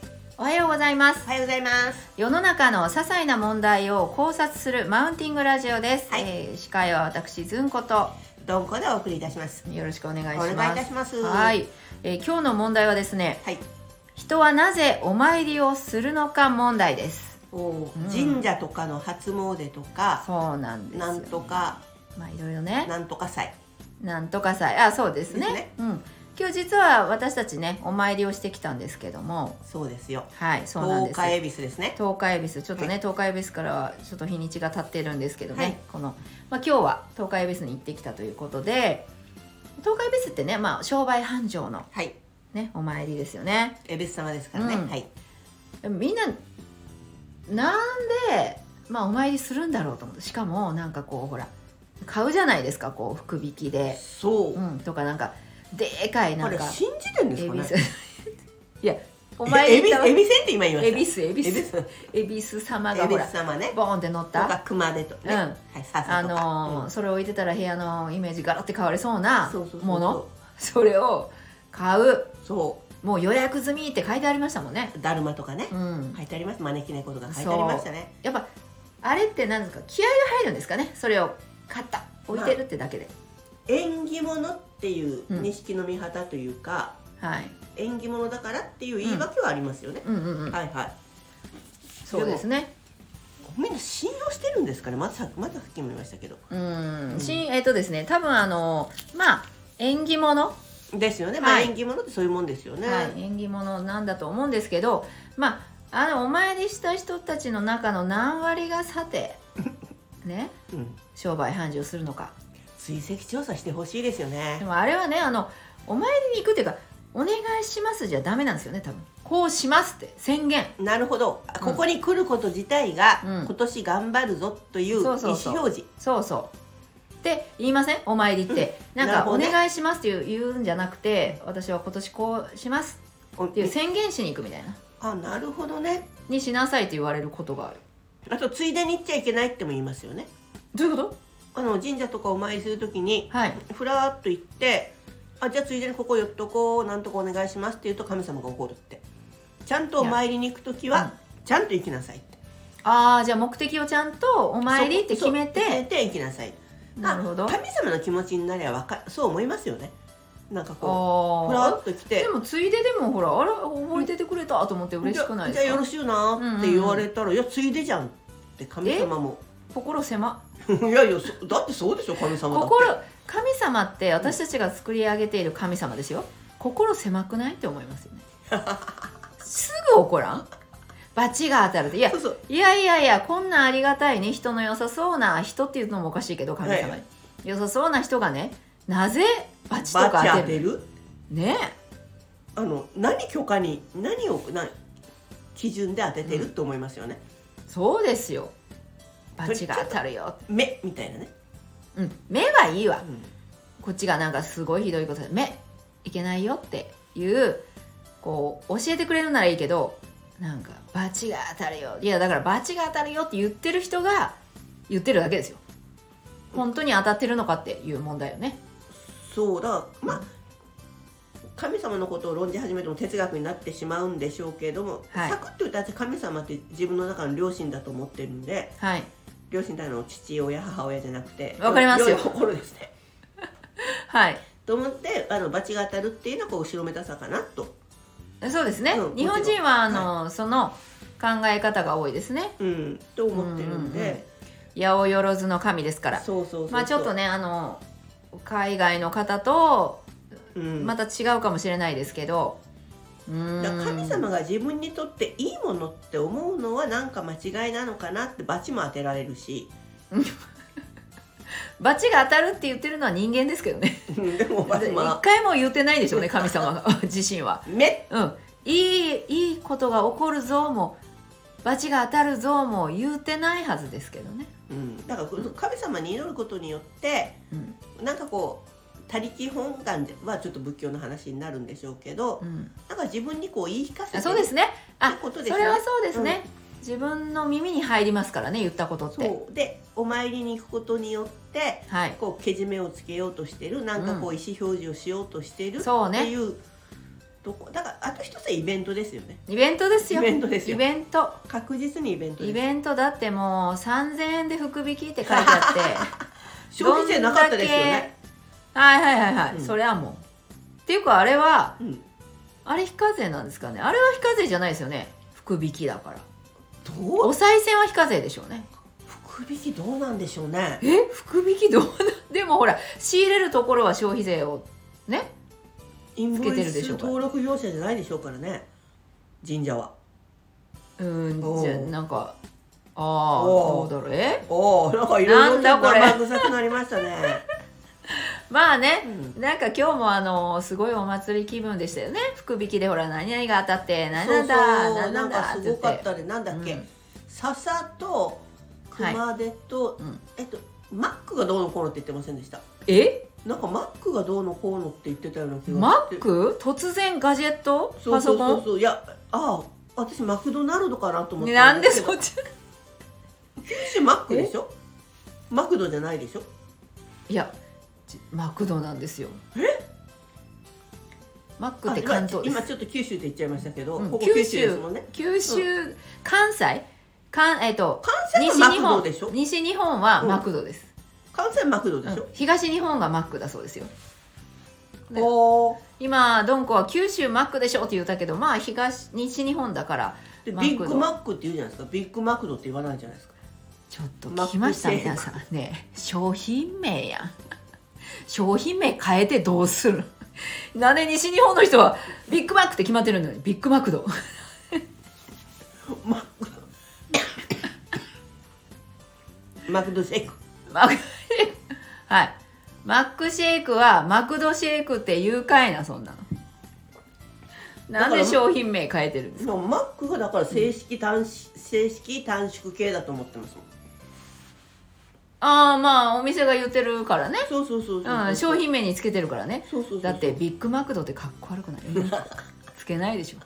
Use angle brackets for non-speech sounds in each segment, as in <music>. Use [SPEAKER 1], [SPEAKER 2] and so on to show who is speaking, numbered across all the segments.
[SPEAKER 1] ざいます
[SPEAKER 2] おはようございます。
[SPEAKER 1] 世の中の些細な問題を考察するマウンティングラジオです、
[SPEAKER 2] はい
[SPEAKER 1] えー司会は私ずんこと
[SPEAKER 2] どんこでお送りいたします。
[SPEAKER 1] よろしくお願いし
[SPEAKER 2] お
[SPEAKER 1] ます
[SPEAKER 2] 願いいたします。
[SPEAKER 1] はい、えー今日の問題はですね
[SPEAKER 2] はい。
[SPEAKER 1] 人はなぜお参りをするのか問題です
[SPEAKER 2] おー
[SPEAKER 1] うん
[SPEAKER 2] 神社とかの初詣とか、
[SPEAKER 1] そうなんですよ
[SPEAKER 2] なんとか、
[SPEAKER 1] まあいろいろね
[SPEAKER 2] なんとか祭。
[SPEAKER 1] なんとか祭あそうですね
[SPEAKER 2] ですね
[SPEAKER 1] うん今日実は私たちねお参りをしてきたんですけども
[SPEAKER 2] そうですよ。
[SPEAKER 1] はいそうなん
[SPEAKER 2] 東
[SPEAKER 1] です
[SPEAKER 2] 海恵比寿ですね。
[SPEAKER 1] 東海恵比寿ちょっとね、
[SPEAKER 2] は
[SPEAKER 1] 東海恵比寿からはちょっと日にちが経ってるんですけどね、
[SPEAKER 2] はい
[SPEAKER 1] この、まあ、今日は東海恵比寿に行ってきたということで東海恵比寿ってね、まあ、商売繁盛の、
[SPEAKER 2] はい。
[SPEAKER 1] ね、お参りですよね
[SPEAKER 2] 恵比寿様ですからね。
[SPEAKER 1] うん
[SPEAKER 2] はい。
[SPEAKER 1] でもみんななんで、まあ、お参りするんだろうと思ってしかもなんかこうほら買うじゃないですかこう福引きで、
[SPEAKER 2] そう。
[SPEAKER 1] うん、とかなんかでかい
[SPEAKER 2] あ
[SPEAKER 1] なん
[SPEAKER 2] れ
[SPEAKER 1] か
[SPEAKER 2] 信じてんです
[SPEAKER 1] 恵
[SPEAKER 2] か
[SPEAKER 1] 比
[SPEAKER 2] ね
[SPEAKER 1] 寿。いやお
[SPEAKER 2] え
[SPEAKER 1] 参
[SPEAKER 2] 恵
[SPEAKER 1] り
[SPEAKER 2] 比
[SPEAKER 1] 行
[SPEAKER 2] 寿
[SPEAKER 1] ったわ
[SPEAKER 2] 恵比寿って今言いま
[SPEAKER 1] 恵
[SPEAKER 2] し
[SPEAKER 1] 比寿恵
[SPEAKER 2] た。
[SPEAKER 1] 比
[SPEAKER 2] 恵比
[SPEAKER 1] 寿
[SPEAKER 2] 寿。
[SPEAKER 1] 恵比寿様
[SPEAKER 2] 恵
[SPEAKER 1] が
[SPEAKER 2] 比
[SPEAKER 1] ほ
[SPEAKER 2] 寿
[SPEAKER 1] ら
[SPEAKER 2] 様ね。
[SPEAKER 1] ボーンって乗っ
[SPEAKER 2] と
[SPEAKER 1] た
[SPEAKER 2] か熊手とね。
[SPEAKER 1] うん
[SPEAKER 2] はい。笹とか。
[SPEAKER 1] あのーそれを置いてたら部屋のイメージガラッて変わりそう
[SPEAKER 2] うん
[SPEAKER 1] な
[SPEAKER 2] そうそうそうそう
[SPEAKER 1] ものそれを買う
[SPEAKER 2] そ
[SPEAKER 1] もう予約済みって書いてありましたもんね
[SPEAKER 2] う。だるまとかね
[SPEAKER 1] う。ん
[SPEAKER 2] 書いてあります。招き猫とか書いてありましたね。
[SPEAKER 1] やっぱあれって何ですか気合が入るんですかねそれを買った置いてるってだけで、
[SPEAKER 2] 縁起物っていう
[SPEAKER 1] うん
[SPEAKER 2] 錦の御旗というか、
[SPEAKER 1] はい
[SPEAKER 2] 縁起物だからっていう言い訳はありますよね、
[SPEAKER 1] うんうんうん
[SPEAKER 2] はいはい
[SPEAKER 1] そうですね
[SPEAKER 2] みんな信用してるんですかねまたさまたさっきも言いましたけど
[SPEAKER 1] うん
[SPEAKER 2] うん
[SPEAKER 1] しえっとですね多分あのまあ縁起物、
[SPEAKER 2] ですよね、まあ、
[SPEAKER 1] はい
[SPEAKER 2] 縁起物ってそういうもんですよね、
[SPEAKER 1] はい、縁起物なんだと思うんですけどまああのお参りした人たちの中の何割がさ
[SPEAKER 2] <laughs>
[SPEAKER 1] てね
[SPEAKER 2] うん、
[SPEAKER 1] 商売繁盛するのか
[SPEAKER 2] 追跡調査してほしいですよ
[SPEAKER 1] で
[SPEAKER 2] ね
[SPEAKER 1] もあれはねあのお参りに行くっていうか「お願いします」じゃダメなんですよね多分こうしますって宣言
[SPEAKER 2] なるほど、あ
[SPEAKER 1] うん
[SPEAKER 2] ここに来ること自体が、
[SPEAKER 1] うん
[SPEAKER 2] 今年頑張るぞという意
[SPEAKER 1] そう
[SPEAKER 2] 思
[SPEAKER 1] そう
[SPEAKER 2] 表示
[SPEAKER 1] そうそうそうって言いませんお参りって、
[SPEAKER 2] う
[SPEAKER 1] な
[SPEAKER 2] ん
[SPEAKER 1] ん
[SPEAKER 2] なる
[SPEAKER 1] か「
[SPEAKER 2] ほど
[SPEAKER 1] お
[SPEAKER 2] ね
[SPEAKER 1] 願いします」っていう言うんじゃなくて私は今年こうします
[SPEAKER 2] お
[SPEAKER 1] っていう宣言しに行くみたいな
[SPEAKER 2] あなるほどね
[SPEAKER 1] にしなさいって言われることがある
[SPEAKER 2] あとついでに行っちゃいけないっても言いますよね
[SPEAKER 1] どういうこと
[SPEAKER 2] あの神社とかお参りするときに
[SPEAKER 1] はい
[SPEAKER 2] ふらーっと行ってあじゃあついでにここ寄っとこうなんとかお願いしますって言うと神様が怒るってちゃんとお参りに行く時
[SPEAKER 1] いや
[SPEAKER 2] はちゃんと行きなさいって
[SPEAKER 1] ああじゃあ目的をちゃんとお参りって決め
[SPEAKER 2] そうそう決め
[SPEAKER 1] て
[SPEAKER 2] て行きなさい
[SPEAKER 1] なるほど
[SPEAKER 2] まあ神様の気持ちになりゃわかそう思いますよねなんかこうふらー
[SPEAKER 1] あ
[SPEAKER 2] っと来
[SPEAKER 1] ーで
[SPEAKER 2] て
[SPEAKER 1] もついででもほらあら覚えててくれたと思って嬉しくない
[SPEAKER 2] じ
[SPEAKER 1] です
[SPEAKER 2] ゃあじゃあよ
[SPEAKER 1] か
[SPEAKER 2] ろしゅうなーって言われたら、いやついでじゃんって神様も
[SPEAKER 1] 心狭
[SPEAKER 2] <laughs> いやいやそだってそうでしょ神様だって
[SPEAKER 1] 心神様って私たちが作り上げている神様ですよ心狭くないって思います
[SPEAKER 2] <laughs>
[SPEAKER 1] よねすぐ怒らん罰が当たるっていや
[SPEAKER 2] そうそう
[SPEAKER 1] いやいやいやこんなありがたいね人の良さそうな人っていうのもおかしいけど神様に、
[SPEAKER 2] はい
[SPEAKER 1] 良さそうな人がねなぜ罰と
[SPEAKER 2] バ
[SPEAKER 1] か
[SPEAKER 2] チ
[SPEAKER 1] 当
[SPEAKER 2] 当
[SPEAKER 1] てる
[SPEAKER 2] てる
[SPEAKER 1] ね
[SPEAKER 2] あの何許可に何を何基準で当ててると思いますよね、
[SPEAKER 1] そうですよ罰が当たるよ、
[SPEAKER 2] 目みたいなね、
[SPEAKER 1] うん、目はいいわ
[SPEAKER 2] うん
[SPEAKER 1] こっちがなんかすごいひどいことで「目いけないよ」っていうこう教えてくれるならいいけどなんか「罰が当たるよ」いやだから「罰が当たるよ」って言ってる人が言ってるだけですよ本当に当たってるのかっていう問題よね
[SPEAKER 2] そうだまあ神様のことを論じ始めても哲学になってしまうんでしょうけれども、
[SPEAKER 1] はい
[SPEAKER 2] サクッと言ったら神様って自分の中の両親だと思ってるんで
[SPEAKER 1] はい
[SPEAKER 2] 両親ってあの父親母親じゃなくて
[SPEAKER 1] わかりますよ
[SPEAKER 2] 良い心ですね
[SPEAKER 1] はい
[SPEAKER 2] と思ってあの罰が当たるっていうのはこう後ろめたさかなと、
[SPEAKER 1] そうですね、
[SPEAKER 2] うん
[SPEAKER 1] 日本人はあの、その考え方が多いですね
[SPEAKER 2] うん、と思ってるんで、
[SPEAKER 1] うんうんうん八百万の神ですから
[SPEAKER 2] そうそうそうそう
[SPEAKER 1] まあちょっと、ねあの海外の方と
[SPEAKER 2] うん、
[SPEAKER 1] また違うかもしれないですけどうーん
[SPEAKER 2] だから神様が自分にとっていいものって思うのはなんか間違いなのかなって罰も当てられるし
[SPEAKER 1] 罰が当たるって言ってるのは人間ですけどね
[SPEAKER 2] でも罰
[SPEAKER 1] 一 <laughs>
[SPEAKER 2] も当
[SPEAKER 1] 回も言ってないでしょうね神様
[SPEAKER 2] <laughs>
[SPEAKER 1] が自身は、
[SPEAKER 2] 目
[SPEAKER 1] うん、いいいいことが起こるぞも罰が当たるぞも言ってないはずですけどね、
[SPEAKER 2] うん、だからこの神様に祈ることによって
[SPEAKER 1] うん
[SPEAKER 2] なんかこう他力本願ではちょっと仏教の話になるんでしょうけど
[SPEAKER 1] うん、
[SPEAKER 2] なんか自分にこう言い聞かせて
[SPEAKER 1] あそうですね
[SPEAKER 2] っ
[SPEAKER 1] あ
[SPEAKER 2] てことです
[SPEAKER 1] そ
[SPEAKER 2] よ
[SPEAKER 1] れはそうですね、自分の耳に入りますからね言ったことって
[SPEAKER 2] そうでお参りに行くことによって
[SPEAKER 1] はい
[SPEAKER 2] こうけじめをつけようとしてるなんかこう意思表示をしようとしてるって
[SPEAKER 1] そうね
[SPEAKER 2] いうどこだからあと一つはイベントですよね
[SPEAKER 1] イベントです
[SPEAKER 2] イ
[SPEAKER 1] よ
[SPEAKER 2] ベントです
[SPEAKER 1] イ
[SPEAKER 2] よ
[SPEAKER 1] ベント
[SPEAKER 2] 確実にイベント
[SPEAKER 1] イ
[SPEAKER 2] です
[SPEAKER 1] ベントだってもう3000円で福引きって書いてあって
[SPEAKER 2] <laughs> 消費税なかったです
[SPEAKER 1] ど
[SPEAKER 2] よ
[SPEAKER 1] んだ
[SPEAKER 2] ね、
[SPEAKER 1] けはいはいはいはい、
[SPEAKER 2] うん
[SPEAKER 1] それはもうっていうかあれは
[SPEAKER 2] うん、
[SPEAKER 1] あれ非課税なんですかねあれは非課税じゃないですよね福引きだから
[SPEAKER 2] どう
[SPEAKER 1] お賽銭は非課税でしょうね
[SPEAKER 2] 福引きどうなんでしょうね
[SPEAKER 1] え福引きどうな <laughs> でもほら仕入れるところは消費税をね
[SPEAKER 2] イン
[SPEAKER 1] つ
[SPEAKER 2] ボ
[SPEAKER 1] けて
[SPEAKER 2] イ
[SPEAKER 1] るでし
[SPEAKER 2] ス
[SPEAKER 1] ょうから
[SPEAKER 2] 登録業者じゃないでしょうからね神社は
[SPEAKER 1] うーん
[SPEAKER 2] おう
[SPEAKER 1] じゃあなんかああど
[SPEAKER 2] おう
[SPEAKER 1] うだろうえ
[SPEAKER 2] おおなんかいろいろちょ
[SPEAKER 1] な
[SPEAKER 2] っと
[SPEAKER 1] んだ
[SPEAKER 2] 生
[SPEAKER 1] こ
[SPEAKER 2] 臭くなりましたね、
[SPEAKER 1] まあね
[SPEAKER 2] う、ん
[SPEAKER 1] なんか今日もあのすごいお祭り気分でしたよね福引きでほら何々が当たって何なんだ
[SPEAKER 2] そうそう
[SPEAKER 1] 何なんだ
[SPEAKER 2] な
[SPEAKER 1] っ
[SPEAKER 2] んか
[SPEAKER 1] て
[SPEAKER 2] す
[SPEAKER 1] 言
[SPEAKER 2] ご
[SPEAKER 1] っ
[SPEAKER 2] かってたねなんだっけ、
[SPEAKER 1] うん
[SPEAKER 2] 笹と熊手と、
[SPEAKER 1] うん
[SPEAKER 2] えっとマックがどうのこうのって言ってませんでした
[SPEAKER 1] え
[SPEAKER 2] なんかマックがどうのこうのって言ってたような気が
[SPEAKER 1] マ
[SPEAKER 2] して
[SPEAKER 1] ック突然ガジェット
[SPEAKER 2] そう
[SPEAKER 1] パソ
[SPEAKER 2] そう
[SPEAKER 1] コ
[SPEAKER 2] そう
[SPEAKER 1] ン
[SPEAKER 2] そういやああ私マクドナルドかなと思って
[SPEAKER 1] なんでそっち
[SPEAKER 2] 九州マックでしょマクドじゃないでしょ
[SPEAKER 1] いやちマクドなんですよえマックっ
[SPEAKER 2] あ
[SPEAKER 1] て
[SPEAKER 2] 今
[SPEAKER 1] 関東です
[SPEAKER 2] 今ちょっと九州って言っちゃいましたけど、
[SPEAKER 1] うん
[SPEAKER 2] ここ
[SPEAKER 1] 九
[SPEAKER 2] 九
[SPEAKER 1] 州
[SPEAKER 2] 州ですもんね
[SPEAKER 1] 九州、関西関えっ、と
[SPEAKER 2] 関西
[SPEAKER 1] 西
[SPEAKER 2] はマ
[SPEAKER 1] 日
[SPEAKER 2] ク
[SPEAKER 1] 本
[SPEAKER 2] ドでしょ
[SPEAKER 1] 西日本はマクドです、
[SPEAKER 2] 関西はマクドで
[SPEAKER 1] う
[SPEAKER 2] し
[SPEAKER 1] ん
[SPEAKER 2] ょ、
[SPEAKER 1] 東日本がマックだそうですよね
[SPEAKER 2] おー
[SPEAKER 1] 今ドンコは九州マックでしょって言ったけどまあ東西日本だから
[SPEAKER 2] でビ
[SPEAKER 1] マクド
[SPEAKER 2] ッグマックって言うじゃないですかビッグマクドって言わないじゃないですか
[SPEAKER 1] ちょっと
[SPEAKER 2] マッ
[SPEAKER 1] 聞
[SPEAKER 2] ク
[SPEAKER 1] きました
[SPEAKER 2] 製
[SPEAKER 1] 皆さんね商品名や <laughs> ん商品名変えてどうする <laughs> なんで西日本の人はビッグマックって決まってるのにビッグマクド
[SPEAKER 2] マクドマクドシェイク
[SPEAKER 1] マク <laughs> シェイクはいマックシェイクはマクドシェイクって言うかいなそんなのなんで商品名変えてるんです
[SPEAKER 2] でもマックがだから正式短縮、正式短縮系だと思ってますもん
[SPEAKER 1] ああまあお店が言ってるからね
[SPEAKER 2] そうそうそうそう、
[SPEAKER 1] うん商品名につけてるからね
[SPEAKER 2] そうそうそう
[SPEAKER 1] だってビッグマクドってかっこ悪くない <laughs> つけないでしょ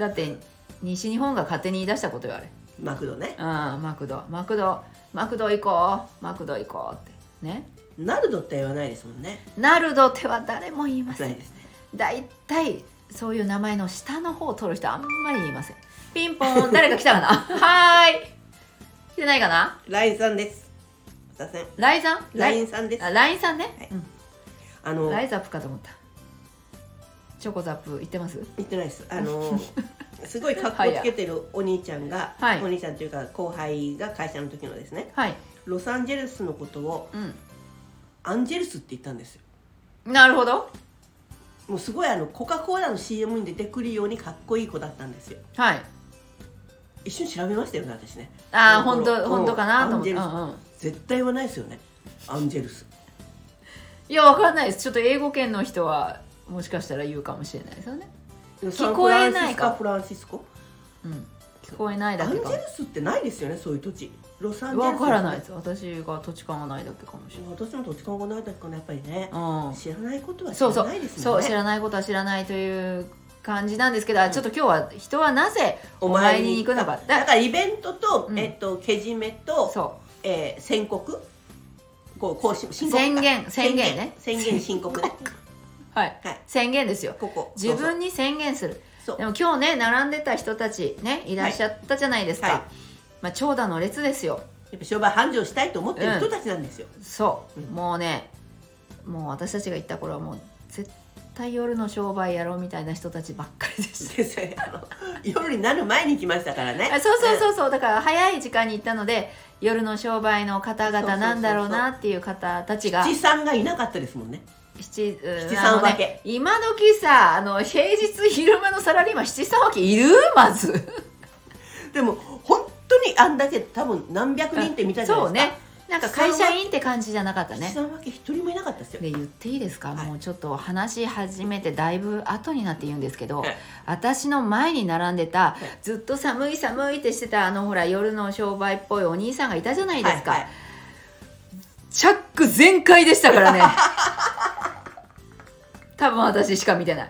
[SPEAKER 1] だって西日本が勝手に言い出したことよあれ
[SPEAKER 2] マクドね
[SPEAKER 1] ああマクドマクドマクド行こうマクド行こうってね
[SPEAKER 2] ナルドって言わないですもんね
[SPEAKER 1] ナルドっては誰も言いませ
[SPEAKER 2] なんいですね
[SPEAKER 1] 大体そういう名前の下の方を取る人あんまり言いませんピンポー
[SPEAKER 2] <laughs>
[SPEAKER 1] ン誰か来たかなはーい来てないかな
[SPEAKER 2] ラインさんですすいません
[SPEAKER 1] ライザン
[SPEAKER 2] ラインさんです
[SPEAKER 1] あラインさんね、
[SPEAKER 2] はい
[SPEAKER 1] うん
[SPEAKER 2] あの
[SPEAKER 1] ライザップかと思ったチョコザップ行ってます
[SPEAKER 2] 言ってないです
[SPEAKER 1] <laughs>
[SPEAKER 2] あのすごい格好つけてるお兄ちゃんが、
[SPEAKER 1] はい
[SPEAKER 2] お兄ちゃんというか後輩が会社の時のですね
[SPEAKER 1] はい
[SPEAKER 2] ロサンゼルスのことを
[SPEAKER 1] う
[SPEAKER 2] アンジェルスって言ったんですよ
[SPEAKER 1] んなるほど
[SPEAKER 2] もうすごいあのコカ・コーラの CM に出てくるようにかっこいい子だったんですよ
[SPEAKER 1] はい
[SPEAKER 2] 一瞬調べましたよね私ね
[SPEAKER 1] ああ
[SPEAKER 2] こ
[SPEAKER 1] 本
[SPEAKER 2] の
[SPEAKER 1] 当
[SPEAKER 2] 頃
[SPEAKER 1] 本当かなと思って、
[SPEAKER 2] アンジェ
[SPEAKER 1] う
[SPEAKER 2] ルス
[SPEAKER 1] んうん、
[SPEAKER 2] 絶対言わないですよねアンジェルス
[SPEAKER 1] いやわかんないですちょっと英語圏の人はもしかしたら言うかもしれないですよね、聞こえないか
[SPEAKER 2] サンフランシスコ
[SPEAKER 1] うん、聞こえない
[SPEAKER 2] フラ
[SPEAKER 1] だ
[SPEAKER 2] ンシスコア
[SPEAKER 1] けか
[SPEAKER 2] ンジェルスってないですよねそういう土地ロサンゼルス
[SPEAKER 1] わからないです私が土地勘がないだけかもしれない
[SPEAKER 2] 私も土地勘がないだけかなやっぱりね
[SPEAKER 1] うん
[SPEAKER 2] 知らないことは知
[SPEAKER 1] そ
[SPEAKER 2] ら
[SPEAKER 1] うそう
[SPEAKER 2] ないです
[SPEAKER 1] そ
[SPEAKER 2] もん
[SPEAKER 1] う
[SPEAKER 2] ね
[SPEAKER 1] 知らないことは知らないという感じなんですけど、あちょっと今日は人はなぜお参りに行くのか
[SPEAKER 2] だ
[SPEAKER 1] だ
[SPEAKER 2] からイベントと、
[SPEAKER 1] うん
[SPEAKER 2] えっとけじめと、
[SPEAKER 1] そ
[SPEAKER 2] えー宣告こうこうし
[SPEAKER 1] う
[SPEAKER 2] 申告か
[SPEAKER 1] 宣言宣言ね
[SPEAKER 2] 宣言宣言申
[SPEAKER 1] <laughs>
[SPEAKER 2] 告ね
[SPEAKER 1] はい
[SPEAKER 2] はい
[SPEAKER 1] 宣言ですよ
[SPEAKER 2] ここ
[SPEAKER 1] 自分に宣言する
[SPEAKER 2] そう
[SPEAKER 1] でも今日ね並んでた人たちねいらっしゃったじゃないですか、
[SPEAKER 2] はい
[SPEAKER 1] まあ、長蛇の列ですよ
[SPEAKER 2] やっぱ商売繁盛したいと思ってる人たちなんですよ、
[SPEAKER 1] そう、
[SPEAKER 2] うん
[SPEAKER 1] もうねもう私たちが行った頃はもう絶対夜の商売やろうみたいな人たちばっかりでし
[SPEAKER 2] 先生あの夜になる前に来ましたからね
[SPEAKER 1] たあそうそうそうそうだから早い時間に行ったので夜の商売の方々なんだろうなっていう方たちが
[SPEAKER 2] 七三がいなかったですもんね
[SPEAKER 1] 七うん
[SPEAKER 2] 七
[SPEAKER 1] あの
[SPEAKER 2] 三分け
[SPEAKER 1] ね今時さあの平日昼間のサラリーマン七三分けいるまず
[SPEAKER 2] でも本当にあんだけ多分何百人って見たじゃない
[SPEAKER 1] そ
[SPEAKER 2] で
[SPEAKER 1] う
[SPEAKER 2] すか
[SPEAKER 1] ねなんか会社員って感じじゃなかったね
[SPEAKER 2] 七三分け一人もいなかったですよ
[SPEAKER 1] で言っていいですか、
[SPEAKER 2] はい
[SPEAKER 1] もうちょっと話し始めてだいぶ後になって言うんですけど、
[SPEAKER 2] はい
[SPEAKER 1] 私の前に並んでた、
[SPEAKER 2] い
[SPEAKER 1] ずっと寒い寒いってしてたあのほら夜の商売っぽいお兄さんがいたじゃないですか、
[SPEAKER 2] はいはい
[SPEAKER 1] チャック全開でした <laughs> からね多分私しか見てない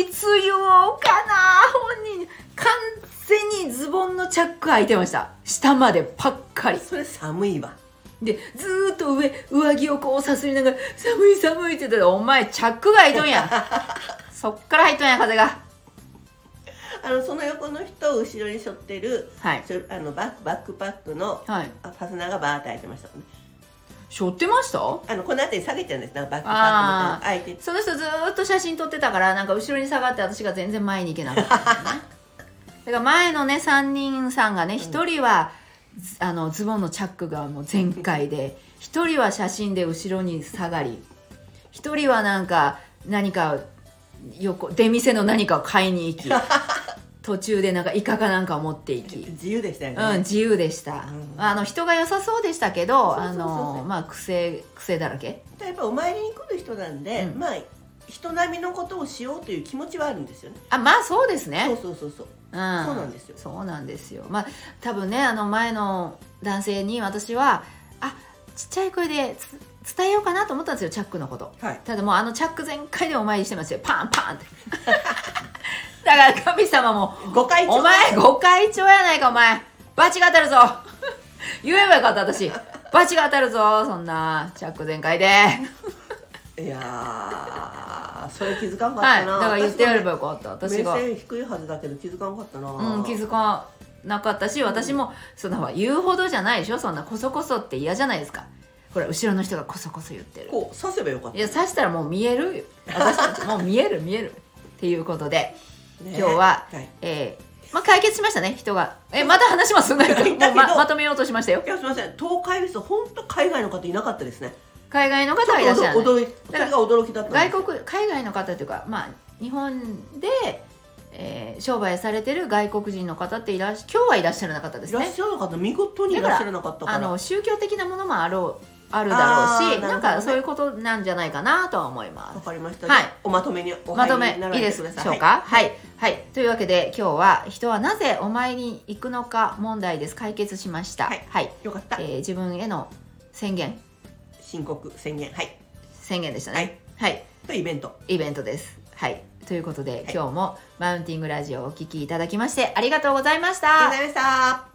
[SPEAKER 1] いつ言おうかな本人完全にズボンのチャック開いてました下までパッカリ
[SPEAKER 2] それ寒いわ
[SPEAKER 1] でずーっと <laughs> 上上着をこうさすりながら「寒い寒い」って言ってたら「お前チャックが開いとんや」そっから入っとんや風が
[SPEAKER 2] あのその横の人を後ろに背負ってる
[SPEAKER 1] はい
[SPEAKER 2] ちょあのバックバックパックの
[SPEAKER 1] はい
[SPEAKER 2] あファスナーがバーッと開いてましたもんね
[SPEAKER 1] しょってましたそ
[SPEAKER 2] あのこの辺り下げちゃうんですなんかバックパックみたいな開いて
[SPEAKER 1] の人ずーっと写真撮ってたからなんか後ろに下がって私が全然前に行けなかったんだよ
[SPEAKER 2] <laughs>
[SPEAKER 1] ねだから前のね3人さんがね1人は、ずあのズボンのチャックがもう全開で1人は写真で後ろに下がり1人はなんか何か横出店の何かを買いに
[SPEAKER 2] <laughs>
[SPEAKER 1] 行き途中でなんかイカかなんかを持って行き
[SPEAKER 2] 自由でしたよね、
[SPEAKER 1] うん、自由でした、
[SPEAKER 2] うん
[SPEAKER 1] あの人が良さそうでしたけど
[SPEAKER 2] そうそうそうそ
[SPEAKER 1] あ
[SPEAKER 2] う
[SPEAKER 1] のまあ癖癖だらけ
[SPEAKER 2] やっぱお参りに来る人なんで、
[SPEAKER 1] うん
[SPEAKER 2] まあ人並みのことをしようという気持ちはあるんですよね
[SPEAKER 1] あまあそうですね
[SPEAKER 2] そうそうそうそう
[SPEAKER 1] うん、そう
[SPEAKER 2] そ
[SPEAKER 1] な
[SPEAKER 2] うな
[SPEAKER 1] ん
[SPEAKER 2] ですよ
[SPEAKER 1] そうなんですよまあ多分ねあの前の男性に私はあちっちゃい声でつ伝えようかなと思ったんですよチャックのこと
[SPEAKER 2] はい
[SPEAKER 1] ただもうあのチャック全開でお参りしてますよパンパンって <laughs> だから神様も
[SPEAKER 2] ご会
[SPEAKER 1] 「お
[SPEAKER 2] 長
[SPEAKER 1] 前ご会長やないかお前バチが当たるぞ言えばよかった私バチが当たるぞそんなチャック全
[SPEAKER 2] <laughs>
[SPEAKER 1] 開で
[SPEAKER 2] いやーそれ気づかんかっ
[SPEAKER 1] は
[SPEAKER 2] た
[SPEAKER 1] い
[SPEAKER 2] な、
[SPEAKER 1] だから言ってやればよかった私
[SPEAKER 2] 私
[SPEAKER 1] が
[SPEAKER 2] も。目線低いはずだけど気づかんかったな、
[SPEAKER 1] うん、気づかなかったし私もそんなほら言うほどじゃないでしょそんなこそこそって嫌じゃないですかほら後ろの人がこそこそ言ってる
[SPEAKER 2] こう刺せばよかった
[SPEAKER 1] いや刺したらもう見えるよ私たちもう <laughs> 見える見えるっていうことで、
[SPEAKER 2] ね
[SPEAKER 1] 今日は、
[SPEAKER 2] い
[SPEAKER 1] えーまあ、解決しましたね人がえまた話しますなんかもう
[SPEAKER 2] だけど
[SPEAKER 1] ままとめようとしましたよ
[SPEAKER 2] いやすみません東海です本当海外の方いなかったですね
[SPEAKER 1] 海外の方はいらっしゃらない
[SPEAKER 2] 驚いそ
[SPEAKER 1] だ
[SPEAKER 2] れ
[SPEAKER 1] から
[SPEAKER 2] が驚きだったんです
[SPEAKER 1] 外国海外の方というかまあ日本で、えー商売されてる外国人の方っていらっし今日はいらっしゃらなかったです
[SPEAKER 2] いら
[SPEAKER 1] ね
[SPEAKER 2] っしゃらなかった見事にいらっしゃらなかったから
[SPEAKER 1] あの宗教的なものもあろうあるだろうし
[SPEAKER 2] あー
[SPEAKER 1] な
[SPEAKER 2] なるほどね
[SPEAKER 1] んかそういうことなんじゃないかなとは思い
[SPEAKER 2] わ
[SPEAKER 1] ます。
[SPEAKER 2] かりました、
[SPEAKER 1] はい
[SPEAKER 2] じゃあおまとめにお
[SPEAKER 1] ま
[SPEAKER 2] 入
[SPEAKER 1] と
[SPEAKER 2] り
[SPEAKER 1] め
[SPEAKER 2] になら
[SPEAKER 1] いい
[SPEAKER 2] れ
[SPEAKER 1] で
[SPEAKER 2] て
[SPEAKER 1] す
[SPEAKER 2] く
[SPEAKER 1] で
[SPEAKER 2] ださ
[SPEAKER 1] しょうかはい、はい、というわけで今日は人はなぜお参りに行くのか問題です解決しました、
[SPEAKER 2] はいよかっ
[SPEAKER 1] え
[SPEAKER 2] た
[SPEAKER 1] ー自分への宣言
[SPEAKER 2] 申告宣言はい
[SPEAKER 1] 宣言でした
[SPEAKER 2] は
[SPEAKER 1] ね
[SPEAKER 2] い
[SPEAKER 1] はい
[SPEAKER 2] とイベント
[SPEAKER 1] イベントですはいということで、
[SPEAKER 2] はい
[SPEAKER 1] 今日もマウンティングラジオをお聞きいただきましてありがとうございました。
[SPEAKER 2] ありがとうございました